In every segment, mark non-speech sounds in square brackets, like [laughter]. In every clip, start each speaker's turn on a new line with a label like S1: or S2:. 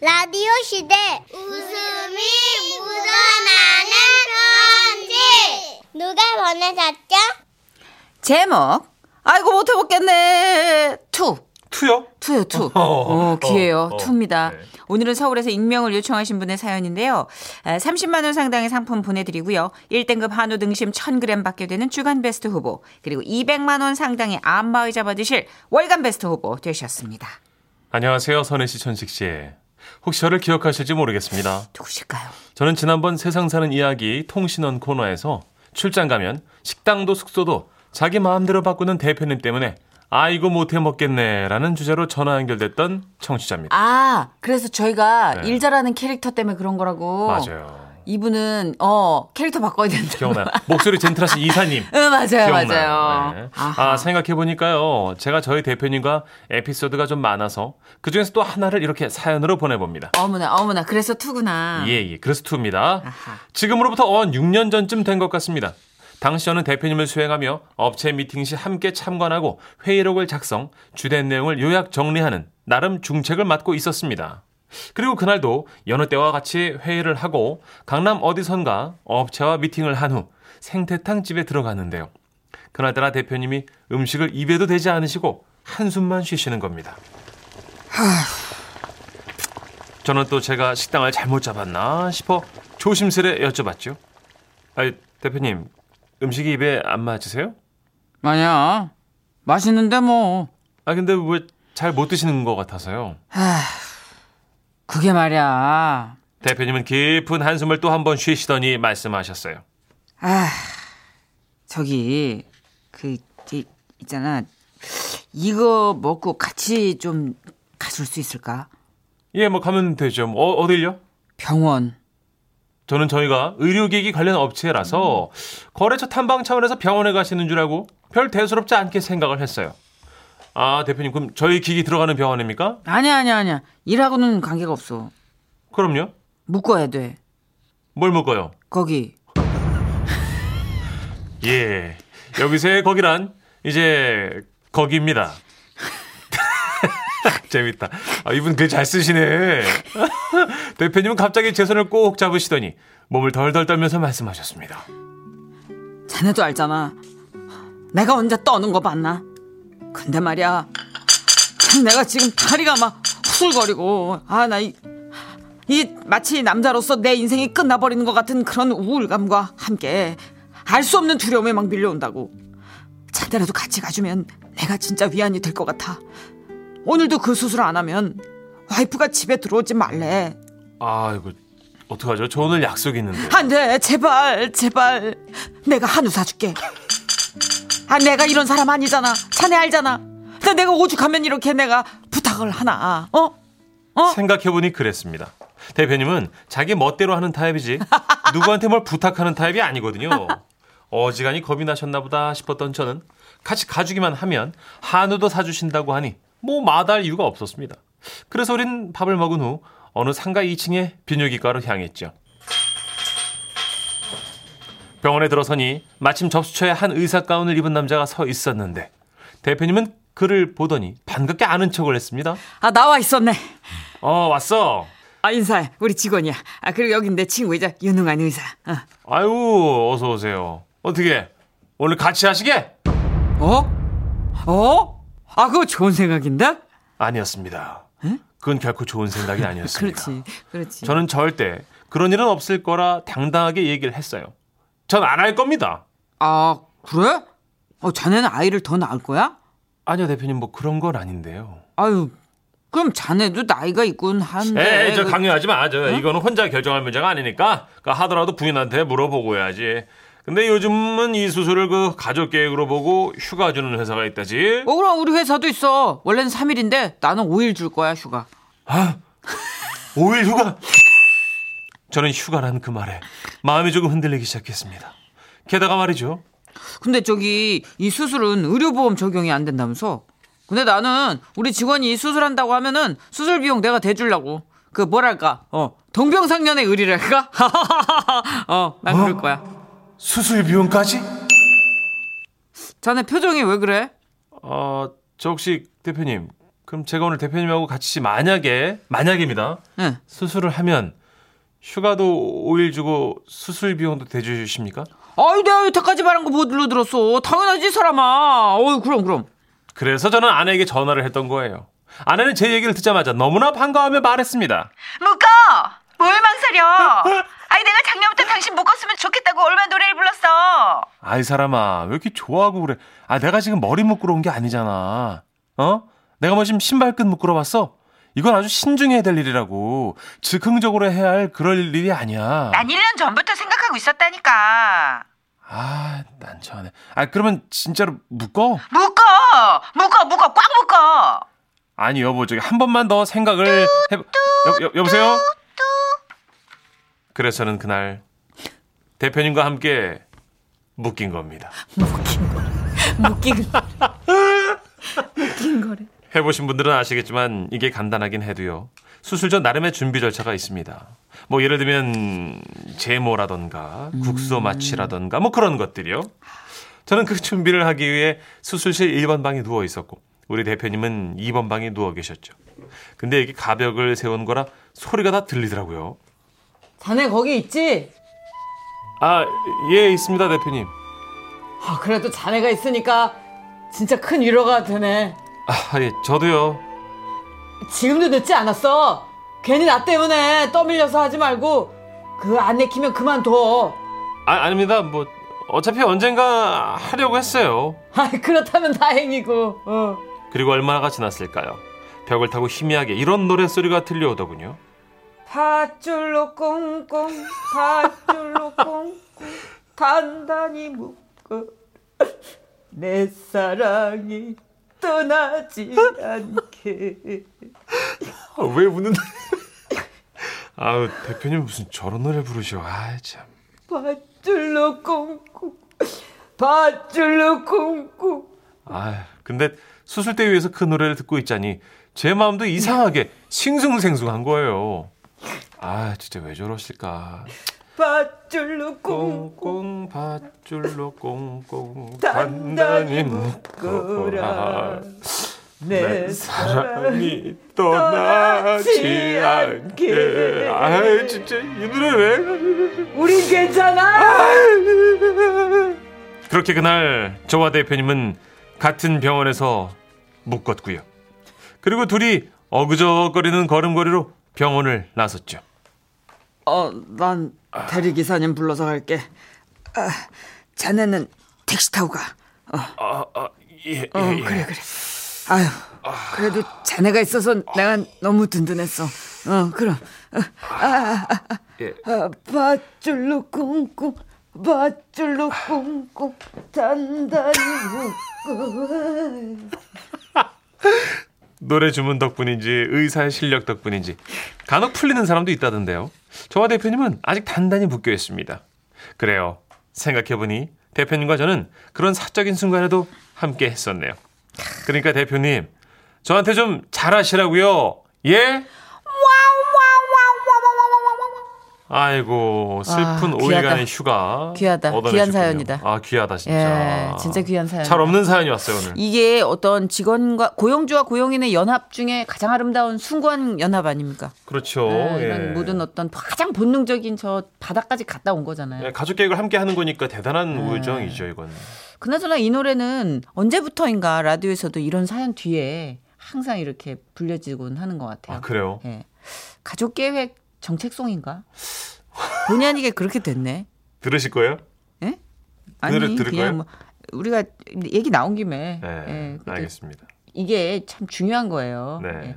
S1: 라디오 시대 웃음이 묻어나는 편지 누가 보내셨죠?
S2: 제목 아이고 못 해먹겠네 투
S3: 투요?
S2: 투요 투.
S3: 어,
S2: 어, 기회요.
S3: 어, 어.
S2: 투입니다.
S3: 네.
S2: 오늘은 서울에서 익명을 요청하신 분의 사연인데요. 아, 30만 원 상당의 상품 보내드리고요. 1등급 한우 등심 1,000g 받게 되는 주간 베스트 후보 그리고 200만 원 상당의 안마의자 받으실 월간 베스트 후보 되셨습니다.
S3: 안녕하세요, 선혜 씨, 천식 씨. 혹시 저를 기억하실지 모르겠습니다.
S2: 누구실까요?
S3: 저는 지난번 세상 사는 이야기 통신원 코너에서 출장 가면 식당도 숙소도 자기 마음대로 바꾸는 대표님 때문에 아이고 못해 먹겠네라는 주제로 전화 연결됐던 청취자입니다.
S2: 아 그래서 저희가
S3: 네.
S2: 일 잘하는 캐릭터 때문에 그런 거라고.
S3: 맞아요.
S2: 이분은 어 캐릭터 바꿔야 된다.
S3: 기억나요? 목소리 젠틀하신 이사님.
S2: [laughs] 응 맞아요
S3: 기억나요.
S2: 맞아요.
S3: 네.
S2: 아하.
S3: 아, 생각해보니까요. 제가 저희 대표님과 에피소드가 좀 많아서 그중에서 또 하나를 이렇게 사연으로 보내봅니다.
S2: 어머나 어머나 그래서 투구나.
S3: 예, 예. 그래서 투입니다.
S2: 아하.
S3: 지금으로부터 언 6년 전쯤 된 것 같습니다. 당시 저는 대표님을 수행하며 업체 미팅 시 함께 참관하고 회의록을 작성, 주된 내용을 요약 정리하는 나름 중책을 맡고 있었습니다. 그리고 그날도 여느 때와 같이 회의를 하고 강남 어디선가 업체와 미팅을 한 후 생태탕 집에 들어갔는데요. 그날따라 대표님이 음식을 입에도 대지 않으시고 한숨만 쉬시는 겁니다. 저는 또 제가 식당을 잘못 잡았나 싶어 조심스레 여쭤봤죠. 아, 대표님 음식이 입에 안 맞으세요?
S2: 아니야. 맛있는데 뭐.
S3: 아 근데 왜 잘 못 드시는 것 같아서요.
S2: 그게 말이야.
S3: 대표님은 깊은 한숨을 또 한 번 쉬시더니 말씀하셨어요.
S2: 아, 저기 그 이- 있잖아. 이거 먹고 같이 좀 가줄 수 있을까?
S3: 예, 뭐 가면 되죠. 뭐, 어, 어딜요?
S2: 병원.
S3: 저는 저희가 의료기기 관련 업체라서 거래처 탐방 차원에서 병원에 가시는 줄 알고 별 대수롭지 않게 생각을 했어요. 아, 대표님 그럼 저희 기기 들어가는 병원입니까?
S2: 아니야, 아니야, 아니야. 일하고는 관계가 없어.
S3: 그럼요.
S2: 묶어야 돼.
S3: 뭘 먹어요?
S2: 거기.
S3: 예. 여기서의 거기란 이제 거기입니다. [laughs] 재밌다. 아, 이분 글 잘 쓰시네. 대표님은 갑자기 제 손을 꼭 잡으시더니 몸을 덜덜 떨면서 말씀하셨습니다.
S2: 자네도 알잖아. 내가 언제 떠는 거 봤나? 근데 말이야. 참 내가 지금 다리가 막 후술거리고 아 나 이 이 마치 남자로서 내 인생이 끝나버리는 것 같은 그런 우울감과 함께 알 수 없는 두려움에 막 밀려온다고. 자네라도 같이 가주면 내가 진짜 위안이 될 것 같아. 오늘도 그 수술 안 하면 와이프가 집에 들어오지 말래.
S3: 아, 이거 어떡하죠? 저 오늘 약속이 있는데.
S2: 안 돼, 제발, 제발. 내가 한우 사줄게. 아, 내가 이런 사람 아니잖아. 자네 알잖아. 근데 내가 오죽하면 이렇게 내가 부탁을 하나. 어? 어?
S3: 생각해보니 그랬습니다. 대표님은 자기 멋대로 하는 타입이지 누구한테 뭘 부탁하는 타입이 아니거든요. 어지간히 겁이 나셨나 보다 싶었던 저는 같이 가주기만 하면 한우도 사주신다고 하니 뭐 마다할 이유가 없었습니다. 그래서 우린 밥을 먹은 후 어느 상가 2층의 비뇨기과로 향했죠. 병원에 들어서니 마침 접수처에 한 의사 가운을 입은 남자가 서 있었는데 대표님은 그를 보더니 반갑게 아는 척을 했습니다.
S2: 아, 나와 있었네.
S3: 어 왔어.
S2: 아, 인사해. 우리 직원이야. 아, 그리고 여긴 내 친구이자 유능한 의사. 어?
S3: 아유, 어서 오세요. 어떻게 오늘 같이 하시게?
S2: 어? 어? 아, 그거 좋은 생각인데?
S3: 아니었습니다. 그건 결코 좋은 생각이 아니었습니다.
S2: [laughs] 그렇지, 그렇지.
S3: 저는 절대 그런 일은 없을 거라 당당하게 얘기를 했어요. 전 안 할 겁니다.
S2: 아, 그래? 어, 자네는 아이를 더 낳을 거야?
S3: 아니요, 대표님 뭐 그런 건 아닌데요.
S2: 아유, 그럼 자네도 나이가 있군 한데.
S3: 에이, 저
S2: 그-
S3: 강요하지 마. 저 이거는 혼자 결정할 문제가 아니니까 그러니까 하더라도 부인한테 물어보고 해야지. 근데 요즘은 이 수술을 그 가족 계획으로 보고 휴가 주는 회사가 있다지.
S2: 어, 그럼 우리 회사도 있어. 원래는 3일인데 나는 5일 줄 거야, 휴가.
S3: 아, 5일 휴가. 저는 휴가란 그 말에 마음이 조금 흔들리기 시작했습니다. 게다가 말이죠.
S2: 근데 저기 이 수술은 의료보험 적용이 안 된다면서. 근데 나는 우리 직원이 이 수술한다고 하면은 수술 비용 내가 대주려고. 그 뭐랄까? 어. 동병상련의 의리랄까? [laughs] 어, 난 그럴 거야.
S3: 수술 비용까지?
S2: 자네 표정이 왜 그래?
S3: 어, 저 혹시 대표님 그럼 제가 오늘 대표님하고 같이 만약에 만약입니다.
S2: 예.
S3: 수술을 하면 휴가도 5일 주고 수술 비용도 대주십니까?
S2: 아이 내가 여태까지 말한 거 뭐 들로 들었어. 당연하지 이 사람아. 어이 그럼 그럼.
S3: 그래서 저는 아내에게 전화를 했던 거예요. 아내는 제 얘기를 듣자마자 너무나 반가워하며 말했습니다.
S4: 묶어! 뭘 망설여! 아니 내가 작년부터 당신 묶었으면 좋겠다고 얼마나 노래를 불렀어.
S3: 아이 사람아 왜 이렇게 좋아하고 그래? 아 내가 지금 머리 묶으러 온 게 아니잖아. 어? 내가 뭐 지금 신발끈 묶으러 왔어? 이건 아주 신중해야 될 일이라고. 즉흥적으로 해야 할 그럴 일이 아니야.
S4: 난 1년 전부터 생각하고 있었다니까.
S3: 아 난처하네. 아 그러면 진짜로 묶어?
S4: 묶어! 묶어 묶어 꽉 묶어!
S3: 아니 여보 저기 한 번만 더 생각을 해. 여, 여, 여보세요. 그래서 저는 그날 대표님과 함께 묶인 겁니다.
S5: 웃기고
S3: 해보신 분들은 아시겠지만 이게 간단하긴 해도요. 수술 전 나름의 준비 절차가 있습니다. 뭐 예를 들면 제모라던가 국소 마취라던가 뭐 그런 것들이요. 저는 그 준비를 하기 위해 수술실 1번 방에 누워 있었고 우리 대표님은 2번 방에 누워 계셨죠. 근데 여기 가벽을 세운 거라 소리가 다 들리더라고요.
S2: 자네 거기 있지?
S3: 아, 예, 있습니다, 대표님.
S2: 아 그래도 자네가 있으니까 진짜 큰 위로가 되네.
S3: 아, 예, 저도요.
S2: 지금도 늦지 않았어. 괜히 나 때문에 떠밀려서 하지 말고 그 안 내키면 그만둬.
S3: 아, 아닙니다. 뭐 어차피 언젠가 하려고 했어요.
S2: 아 그렇다면 다행이고. 어.
S3: 그리고 얼마가 지났을까요? 벽을 타고 희미하게 이런 노래 소리가 들려오더군요.
S2: 밧줄로 꽁꽁 밧줄로 꽁꽁 단단히 묶어 내 사랑이 떠나지 않게
S3: 아, 왜 웃는데? [laughs] 아우 대표님 무슨 저런 노래 부르셔. 아 참.
S2: 밧줄로 꽁꽁 밧줄로 꽁꽁
S3: 아 근데 수술대 위에서 그 노래를 듣고 있자니 제 마음도 이상하게 싱숭생숭한 거예요. 아 진짜 왜 저러실까?
S2: 밧줄로 꽁꽁
S3: 꽁꽁 밧줄로 꽁꽁
S2: 단단히
S3: 단단히
S2: 묶어라
S3: 묶어라.
S2: 내
S3: 내
S2: 사랑
S3: 사랑이 네. [laughs] 떠나지
S2: 떠나지 않게.
S3: 않게. 아 진짜 이 노래 왜?
S2: 우린 괜찮아
S3: 그렇게 그날 저와 대표님은 같은 병원에서 묶었고요. 그리고 둘이 어그저거리는 걸음걸이로 병원을 나섰죠.
S2: 어난 대리기사님 불러서 갈게 아, 자네는 택시 타고 가 어.
S3: 아, 아 예, 예,
S2: 어,
S3: 예.
S2: 그래 그래. 아유, 그래도 자네가 있어서 내가 너무 든든했어. 어, 그럼. 어, 아, 아, 아,
S3: 예.
S2: 아, 밧줄로 꽁꽁, 밧줄로 꽁꽁, 단단히 묶어.
S3: 노래 주문 덕분인지 의사의 실력 덕분인지 간혹 풀리는 사람도 있다던데요. 저와 대표님은 아직 단단히 묶여 있습니다. 그래요. 생각해보니 대표님과 저는 그런 사적인 순간에도 함께 했었네요. 그러니까 대표님, 저한테 좀 잘하시라고요. 예? 아이고 슬픈
S5: 아,
S3: 오일
S5: 귀하다.
S3: 간의 휴가
S5: 귀하다.
S3: 얻어내셨군요.
S5: 귀한 사연이다.
S3: 아 귀하다 진짜.
S5: 예, 진짜 귀한 사연이다.
S3: 잘 없는 사연이 왔어요 오늘.
S5: 이게 어떤 직원과 고용주와 고용인의 연합 중에 가장 아름다운 숭고한 연합 아닙니까?
S3: 그렇죠.
S5: 네,
S3: 예.
S5: 이런 모든 어떤 가장 본능적인 저 바닥까지 갔다 온 거잖아요.
S3: 예, 가족 계획을 함께 하는 거니까
S5: 네.
S3: 대단한 우정이죠 이건.
S5: 그나저나 이 노래는 언제부터인가 라디오에서도 이런 사연 뒤에 항상 이렇게 불려지곤 하는 것 같아요.
S3: 아 그래요.
S5: 예. 가족 계획 정책송인가? 본의 아니게 그렇게 됐네.
S3: 들으실 거예요?
S5: 예?
S3: 노래 들을 거예요?
S5: 그냥 뭐 우리가 얘기 나온 김에
S3: 네,
S5: 예, 그래도
S3: 알겠습니다.
S5: 이게 참 중요한 거예요.
S3: 네.
S5: 예.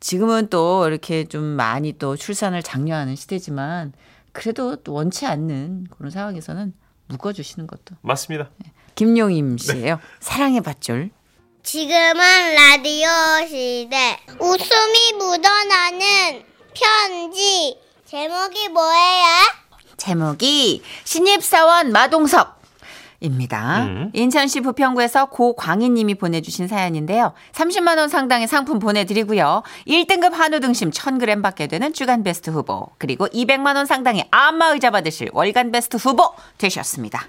S5: 지금은 또 이렇게 좀 많이 또 출산을 장려하는 시대지만 그래도 또 원치 않는 그런 상황에서는 묶어주시는 것도
S3: 맞습니다.
S5: 김용임 씨예요.
S3: 네.
S5: 사랑의 밧줄.
S1: 지금은 라디오 시대. 웃음이 묻어나는 편지. 제목이 뭐예요?
S5: 제목이 신입사원 마동섭입니다.
S3: 음.
S5: 인천시 부평구에서 고광희님이 보내주신 사연인데요. 30만 원 상당의 상품 보내드리고요. 1등급 한우 등심 1,000g 받게 되는 주간 베스트 후보 그리고 200만 원 상당의 안마 의자 받으실 월간 베스트 후보 되셨습니다.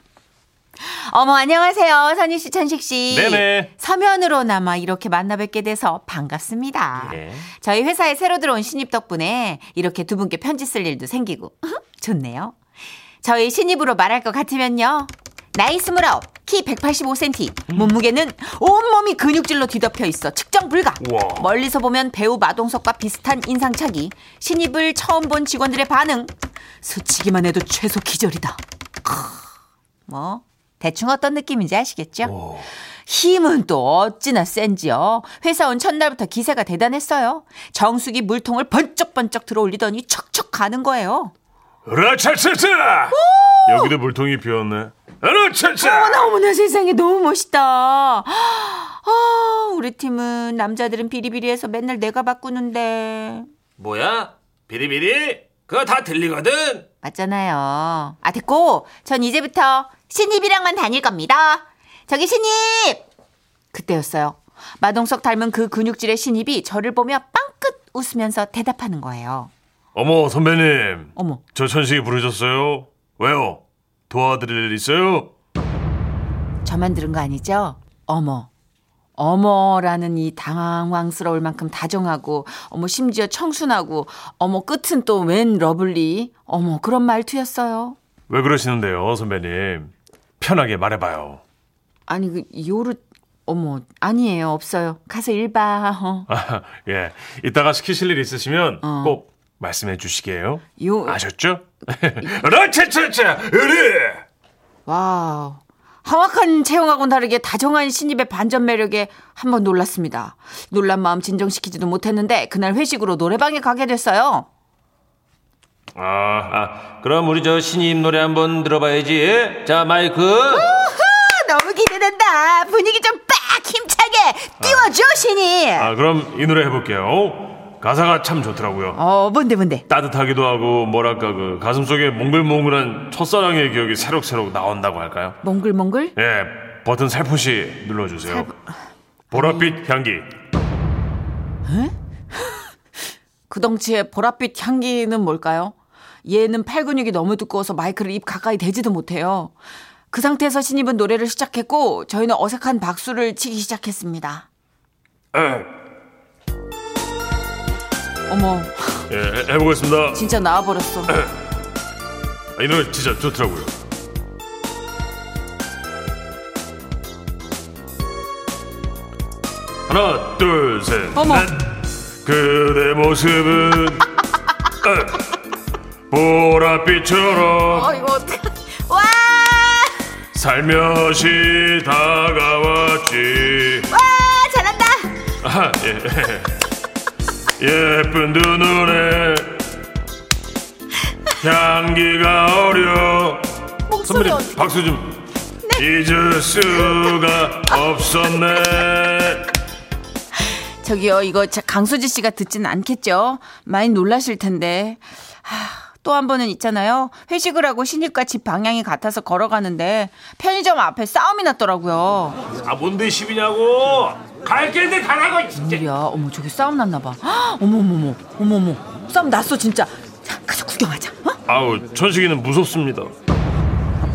S5: 어머 안녕하세요. 선희 씨, 천식 씨.
S3: 네네.
S5: 서면으로나마 이렇게 만나 뵙게 돼서 반갑습니다.
S3: 예.
S5: 저희 회사에 새로 들어온 신입 덕분에 이렇게 두 분께 편지 쓸 일도 생기고 좋네요. 저희 신입으로 말할 것 같으면요. 나이 스물아홉, 키
S3: 음.
S5: 185cm, 몸무게는 온몸이 근육질로 뒤덮여 있어 측정 불가.
S3: 우와.
S5: 멀리서 보면 배우 마동석과 비슷한 인상착이, 신입을 처음 본 직원들의 반응, 스치기만 해도 최소 기절이다. 크, 뭐 대충 어떤 느낌인지 아시겠죠?
S3: 오.
S5: 힘은 또 어찌나 센지요. 회사 온 첫날부터 기세가 대단했어요. 정수기 물통을 번쩍번쩍 들어올리더니 척척 가는 거예요.
S3: 으라차차차! 여기도 물통이 비었네. 으라차차!
S5: 어머나 세상에 너무 멋있다. 아, 우리 팀은 남자들은 비리비리해서 맨날 내가 바꾸는데
S6: 뭐야? 비리비리? 그거 다 들리거든?
S5: 맞잖아요. 아 됐고 전 이제부터 신입이랑만 다닐 겁니다. 저기 신입. 그때였어요. 마동석 닮은 그 근육질의 신입이 저를 보며 빵긋 웃으면서 대답하는 거예요.
S3: 어머, 선배님.
S5: 어머.
S3: 저 천식이 부르셨어요? 왜요? 도와드릴 일 있어요?
S5: 저만 들은 거 아니죠? 어머. 어머라는 이 당황스러울 만큼 다정하고, 어머, 심지어 청순하고, 어머, 끝은 또 웬 러블리. 어머, 그런 말투였어요.
S3: 왜 그러시는데요, 선배님? 편하게 말해봐요.
S5: 아니, 그, 요르, 어머, 아니에요. 없어요. 가서 일 봐. 어.
S3: 아, 예. 이따가 시키실 일 있으시면
S5: 어.
S3: 꼭 말씀해 주시게요.
S5: 요,
S3: 아셨죠? [laughs] 으라차차차! 으르!
S5: 와우. 하악한 채용하고는 다르게 다정한 신입의 반전 매력에 한번 놀랐습니다. 놀란 마음 진정시키지도 못했는데, 그날 회식으로 노래방에 가게 됐어요.
S6: 아, 아, 그럼 우리 저 신입 노래 한번 들어봐야지. 자, 마이크.
S5: 너무 기대된다. 분위기 좀 빡 힘차게 띄워줘 신이.
S3: 아, 그럼 이 노래 해볼게요. 가사가 참 좋더라고요.
S5: 어 뭔데 뭔데?
S3: 따뜻하기도 하고 뭐랄까 그 가슴 속에 몽글몽글한 첫사랑의 기억이 새록새록 나온다고 할까요?
S5: 몽글몽글?
S3: 예, 버튼 살포시 눌러주세요. 보랏빛 향기.
S5: 그 덩치의 보랏빛 향기는 뭘까요? 얘는 팔 근육이 너무 두꺼워서 마이크를 입 가까이 대지도 못해요. 그 상태에서 신입은 노래를 시작했고 저희는 어색한 박수를 치기 시작했습니다. 어머
S3: 예, 해- 해보겠습니다.
S5: 진짜 나와버렸어.
S3: 아, 이 노래 진짜 좋더라고요. 하나, 둘, 셋,
S5: 어머.
S3: 넷. 그대
S5: [laughs]
S3: 모습은 에, 보랏빛처럼
S5: 어 이거 어떡해. 와!
S3: 살며시 다가왔지.
S5: 와 잘한다.
S3: 아, 예. [laughs] 예쁜 두 눈에 향기가 어려.
S5: 목소리 네.
S3: 선배님
S5: 어디?
S3: 박수 좀. 잊을 수가 없었네.
S5: 저기요, 이거 자- 강수지 씨가 듣진 않겠죠? 많이 놀라실 텐데. 또 한 번은 있잖아요. 회식을 하고 신입과 집 방향이 같아서 걸어가는데 편의점 앞에 싸움이 났더라고요.
S6: 아, 뭔데 십이냐고! 갈게인데 가라고, 진짜!
S5: 이야, 어머, 저기 싸움 났나 봐. 어머, 어머, 어머, 어머, 어머. 싸움 났어, 진짜. 자, 가서 구경하자. 어?
S3: 아우 천식이는 무섭습니다.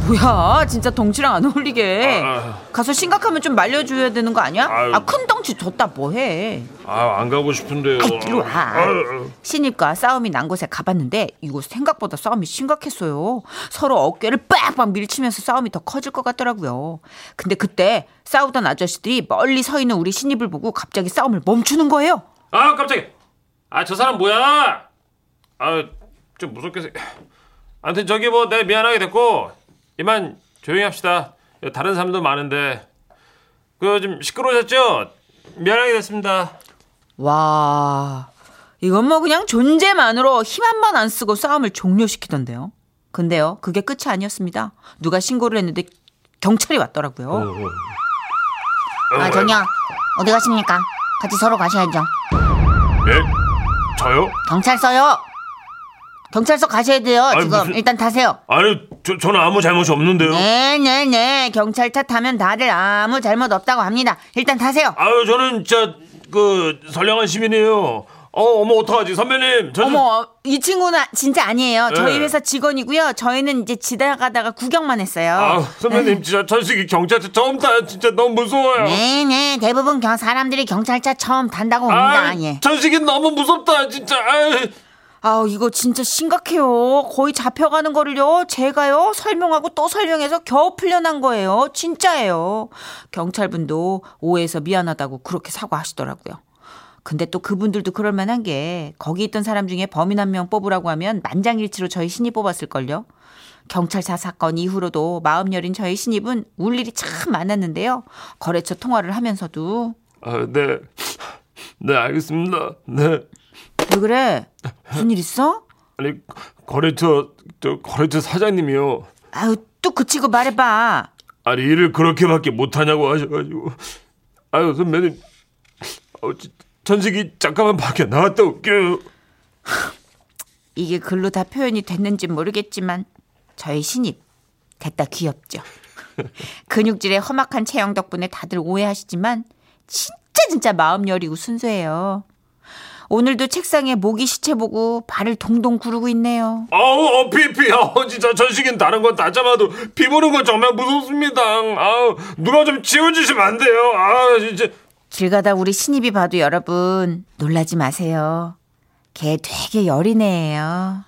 S5: 뭐야, 진짜 덩치랑 안 어울리게.
S3: 아.
S5: 가서 심각하면 좀 말려줘야 되는 거 아니야?
S3: 아유.
S5: 아, 큰 덩치 줬다 뭐해.
S3: 아안 가고 싶은데요.
S5: 아이, 이리 와. 어.
S3: 아유,
S5: 신입과 싸움이 난 곳에 가봤는데 이곳 생각보다 싸움이 심각했어요. 서로 어깨를 빡빡 밀치면서 싸움이 더 커질 것 같더라고요. 근데 그때 싸우던 아저씨들이 멀리 서 있는 우리 신입을 보고 갑자기 싸움을 멈추는 거예요.
S6: 아, 깜짝이야! 아, 저 사람 뭐야?
S3: 아, 좀 무섭게 생. 아무튼 저기 뭐 내 미안하게 됐고 이만 조용히 합시다. 다른 사람도 많은데 그 좀 시끄러우셨죠? 미안하게 됐습니다.
S5: 와, 이건 뭐 그냥 존재만으로 힘 한 번 안 쓰고 싸움을 종료시키던데요. 근데요, 그게 끝이 아니었습니다. 누가 신고를 했는데 경찰이 왔더라고요.
S3: 어,
S5: 아, 저기요. 어디 가십니까? 같이 서로 가셔야죠.
S3: 예? 저요?
S5: 경찰서요. 경찰서 가셔야 돼요.
S3: 아니,
S5: 지금
S3: 무슨- 어?
S5: 일단 타세요.
S3: 아니 저, 저는 아무 잘못이 없는데요.
S5: 네. 네네네 경찰차 타면 다들 아무 잘못 없다고 합니다. 일단 타세요.
S3: 아유 저는 진짜 그 선량한 시민이에요. 어, 어머, 어떡하지? 선배님. 저 좀...
S5: 어머, 이 친구는 진짜 아니에요. 저희
S3: 네.
S5: 회사 직원이고요. 저희는 이제 지나가다가 구경만
S3: 아,
S5: 했어요.
S3: 선배님, 진짜 천식이 경찰차 처음 타요. 진짜 너무 무서워요.
S5: 네네, 대부분 겨- 사람들이 경찰차 처음 탄다고 옵니다.
S3: 아,
S5: 예.
S3: 천식이 너무 무섭다, 진짜. 아이.
S5: 아, 이거 진짜 심각해요. 거의 잡혀가는 거를요. 제가요 설명하고 또 설명해서 겨우 풀려난 거예요. 진짜예요. 경찰분도 오해해서 미안하다고 그렇게 사과하시더라고요. 근데 또 그분들도 그럴 만한 게 거기 있던 사람 중에 범인 한 명 뽑으라고 하면 만장일치로 저희 신입 뽑았을 걸요. 경찰차 사건 이후로도 마음 여린 저희 신입은 울 일이 참 많았는데요. 거래처 통화를 하면서도
S3: 아, 네. 네, 알겠습니다. 네.
S5: 왜 그래? 무슨 일 있어?
S3: 아니, 거래처, 저 거래처 사장님이요.
S5: 아유 또 그치고 말해봐.
S3: 아니, 일을 그렇게밖에 못하냐고 하셔가지고. 아유, 선배님. 어, 지- 천식이 잠깐만 밖에 나갔다 올게요.
S5: 이게 글로 다 표현이 됐는지 모르겠지만 저의 신입 됐다 귀엽죠. 근육질의 험악한 체형 덕분에 다들 오해하시지만 진짜 진짜 마음 여리고 순수해요. 오늘도 책상에 모기 시체 보고 발을 동동 구르고 있네요.
S3: 아우, 어, 피, 피. 아우, 진짜 천식인 다른 건 다 잡아도 피 보는 건 정말 무섭습니다. 아우, 누가 좀 치워주시면 안 돼요. 아, 진짜.
S5: 길 가다 우리 신입이 봐도 여러분 놀라지 마세요. 걔 되게 여린애예요.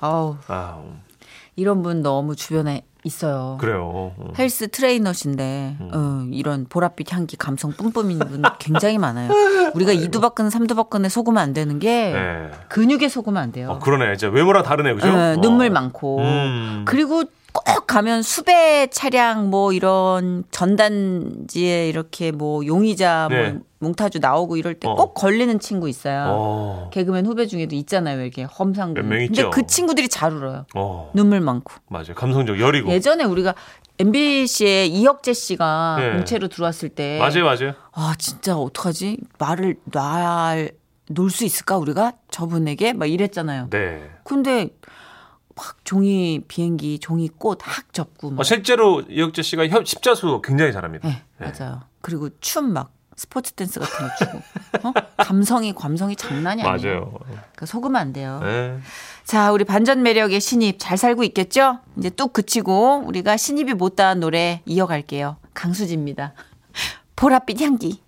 S5: 어우
S3: 아,
S5: 이런 분 너무 주변에 있어요.
S3: 그래요. 음.
S5: 헬스 트레이너신데 어, 이런 보랏빛 향기 감성 뿜뿜인 분 굉장히 많아요. 우리가 이두박근삼두박근에 속으면 안 되는 게
S3: 네.
S5: 근육에 속으면 안 돼요.
S3: 어, 그러네. 진짜 외모랑 다르네, 그죠?
S5: 예,
S3: 어.
S5: 눈물 많고
S3: 음.
S5: 그리고 꼭 가면 수배 차량 뭐 이런 전단지에 이렇게 뭐 용의자 뭐
S3: 네.
S5: 몽타주 나오고 이럴 때
S3: 어.
S5: 꼭 걸리는 친구 있어요.
S3: 어.
S5: 개그맨 후배 중에도 있잖아요. 이렇게 험상궂.
S3: 몇명
S5: 근데
S3: 있죠.
S5: 그 친구들이 잘 울어요.
S3: 어.
S5: 눈물 많고.
S3: 맞아요. 감성적 열이고.
S5: 예전에 우리가 MBC에 이혁재 씨가
S3: 네.
S5: 공채로 들어왔을 때
S3: 맞아요, 맞아요.
S5: 아 진짜 어떡하지 말을 놔놀 수 있을까 우리가 저분에게 막 이랬잖아요.
S3: 네.
S5: 근데 막 종이 비행기 종이 꽃 학 접고 막
S3: 어, 실제로 이혁재 씨가 협, 십자수 굉장히 잘합니다.
S5: 네, 맞아요. 그리고 춤 막 스포츠 댄스 같은 거 추고 어? 감성이 감성이 장난이 아니에요.
S3: 맞아요.
S5: 그러니까 속으면 안 돼요.
S3: 네.
S5: 자, 우리 반전 매력의 신입 잘 살고 있겠죠? 이제 뚝 그치고 우리가 신입이 못다한 노래 이어갈게요. 강수지입니다. [laughs] 보랏빛 향기.